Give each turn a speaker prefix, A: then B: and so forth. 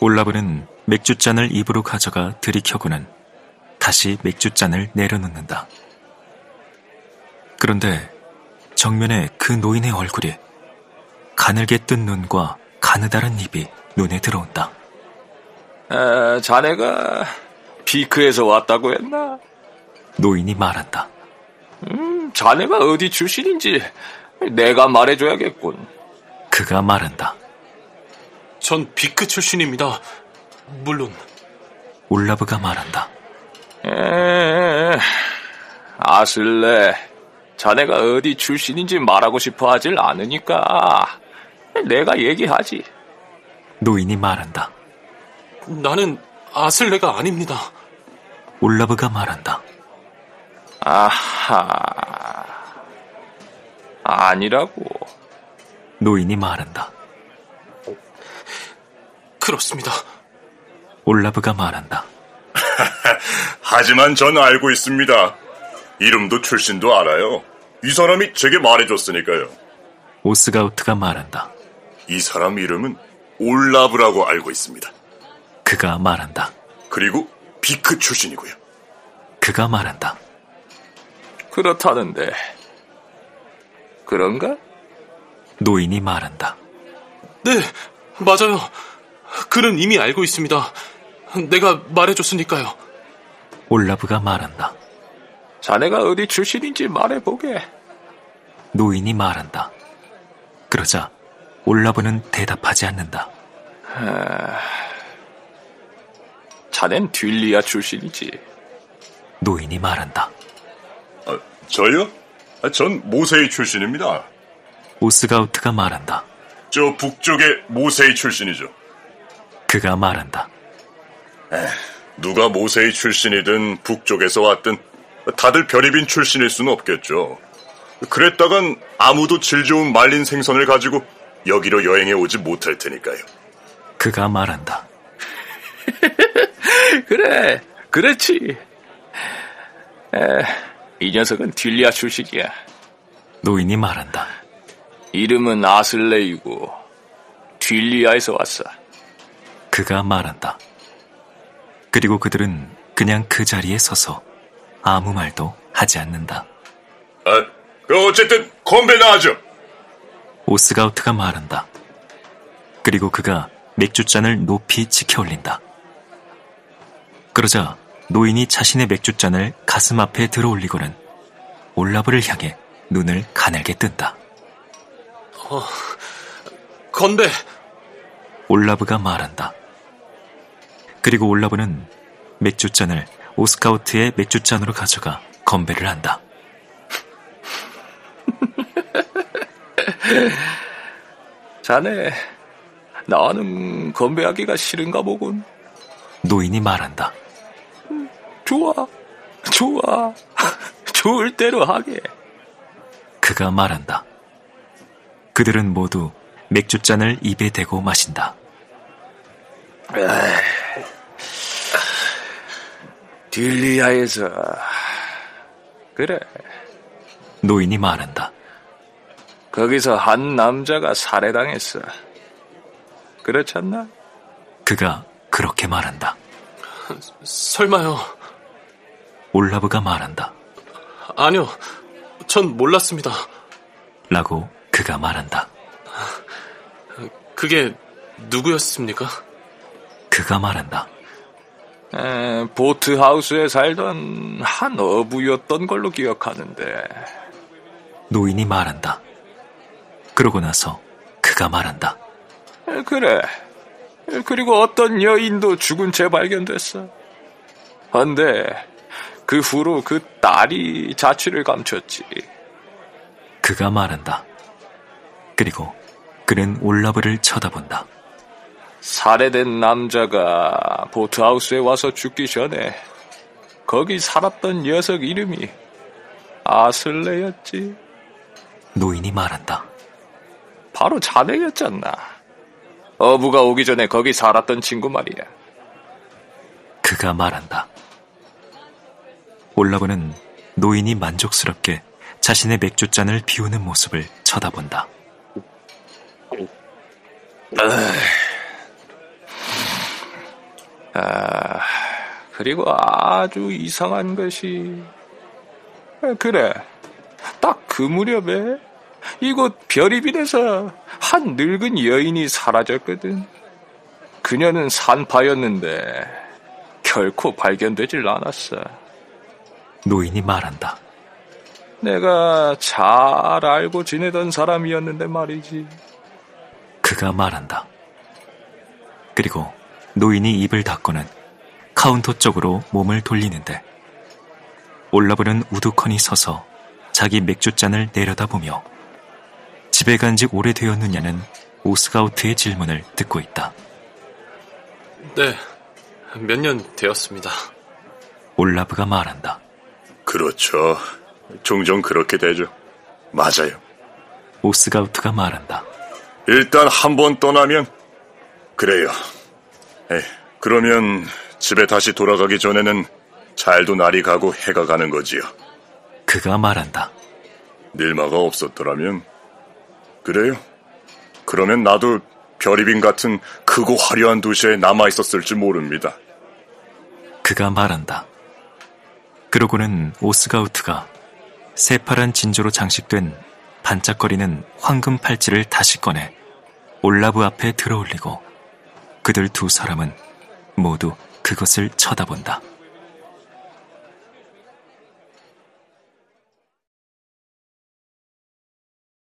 A: 올라브는 맥주잔을 입으로 가져가 들이켜고는 다시 맥주잔을 내려놓는다. 그런데 정면에 그 노인의 얼굴이 가늘게 뜬 눈과 가느다란 입이 눈에 들어온다.
B: 아, 자네가 비크에서 왔다고 했나?
A: 노인이 말한다.
B: 음, 자네가 어디 출신인지 내가 말해줘야겠군.
A: 그가 말한다.
C: 전 비크 출신입니다. 물론
A: 올라브가 말한다.
B: 에, 아슬레, 자네가 어디 출신인지 말하고 싶어 하질 않으니까 내가 얘기하지.
A: 노인이 말한다.
C: 나는 아슬레가 아닙니다.
A: 올라브가 말한다.
B: 아하, 아니라고.
A: 노인이 말한다.
C: 그렇습니다.
A: 올라브가 말한다.
D: 하지만 전 알고 있습니다. 이름도 출신도 알아요. 이 사람이 제게 말해줬으니까요.
A: 오스가우트가 말한다.
D: 이 사람 이름은 올라브라고 알고 있습니다.
A: 그가 말한다.
D: 그리고 비크 출신이고요.
A: 그가 말한다.
B: 그렇다는데. 그런가?
A: 노인이 말한다.
C: 네, 맞아요. 그는 이미 알고 있습니다. 내가 말해줬으니까요.
A: 올라브가 말한다.
B: 자네가 어디 출신인지 말해보게.
A: 노인이 말한다. 그러자 올라브는 대답하지 않는다.
B: 자넨 딜리아 출신이지.
A: 노인이 말한다.
D: 아, 저요? 아, 전 모세이 출신입니다.
A: 오스가우트가 말한다.
D: 저 북쪽의 모세이 출신이죠.
A: 그가 말한다.
D: 누가 모세이 출신이든 북쪽에서 왔든 다들 별입인 출신일 수는 없겠죠. 그랬다간 아무도 질 좋은 말린 생선을 가지고 여기로 여행에 오지 못할 테니까요.
A: 그가 말한다.
B: 그래, 그렇지. 에, 이 녀석은 딜리아 출신이야.
A: 노인이 말한다.
B: 이름은 아슬레이고 딜리아에서 왔어.
A: 그가 말한다. 그리고 그들은 그냥 그 자리에 서서 아무 말도 하지 않는다.
D: 아, 그 어쨌든 건배나 하죠.
A: 오스가우트가 말한다. 그리고 그가 맥주잔을 높이 치켜 올린다. 그러자 노인이 자신의 맥주잔을 가슴 앞에 들어 올리고는 올라브를 향해 눈을 가늘게 뜬다.
C: 건배.
A: 올라브가 말한다. 그리고 올라브는 맥주잔을 오스카우트의 맥주잔으로 가져가 건배를 한다.
B: 자네, 나는 건배하기가 싫은가 보군.
A: 노인이 말한다.
B: 좋아, 좋아, 좋을 대로 하게.
A: 그가 말한다. 그들은 모두 맥주잔을 입에 대고 마신다.
B: 딜리아에서 그래,
A: 노인이 말한다.
B: 거기서 한 남자가 살해당했어. 그렇지 않나?
A: 그가 그렇게 말한다.
C: 설마요.
A: 올라브가 말한다.
C: 아니요. 전 몰랐습니다.
A: 라고 그가 말한다.
C: 그게 누구였습니까?
A: 그가 말한다.
B: 에, 보트하우스에 살던 한 어부였던 걸로 기억하는데
A: 노인이 말한다. 그러고 나서 그가 말한다.
B: 에, 그래 에, 그리고 어떤 여인도 죽은 채 발견됐어 헌데 그 후로 그 딸이 자취를 감췄지
A: 그가 말한다. 그리고 그는 올라브를 쳐다본다.
B: 살해된 남자가 보트하우스에 와서 죽기 전에 거기 살았던 녀석 이름이 아슬레였지
A: 노인이 말한다.
B: 바로 자네였잖아 어부가 오기 전에 거기 살았던 친구 말이야
A: 그가 말한다. 올라브는 노인이 만족스럽게 자신의 맥주잔을 비우는 모습을 쳐다본다.
B: 그리고 아주 이상한 것이 그래 딱 그 무렵에 이곳 별이빈에서 한 늙은 여인이 사라졌거든 그녀는 산파였는데 결코 발견되질 않았어
A: 노인이 말한다.
B: 내가 잘 알고 지내던 사람이었는데 말이지
A: 그가 말한다. 그리고 노인이 입을 닫고는 카운터 쪽으로 몸을 돌리는데 올라보는 우두커니 서서 자기 맥주잔을 내려다보며 집에 간 지 오래되었느냐는 오스가우트의 질문을 듣고 있다.
C: 네, 몇 년 되었습니다.
A: 올라브가 말한다.
D: 그렇죠. 종종 그렇게 되죠. 맞아요.
A: 오스가우트가 말한다.
D: 일단 한 번 떠나면 그래요. 에 그러면 집에 다시 돌아가기 전에는 잘도 날이 가고 해가 가는 거지요.
A: 그가 말한다.
D: 닐마가 없었더라면 그래요. 그러면 나도 별이빈 같은 크고 화려한 도시에 남아 있었을지 모릅니다.
A: 그가 말한다. 그러고는 오스가우트가 새파란 진주로 장식된 반짝거리는 황금 팔찌를 다시 꺼내 올라브 앞에 들어올리고 그들 두 사람은 모두 그것을 쳐다본다.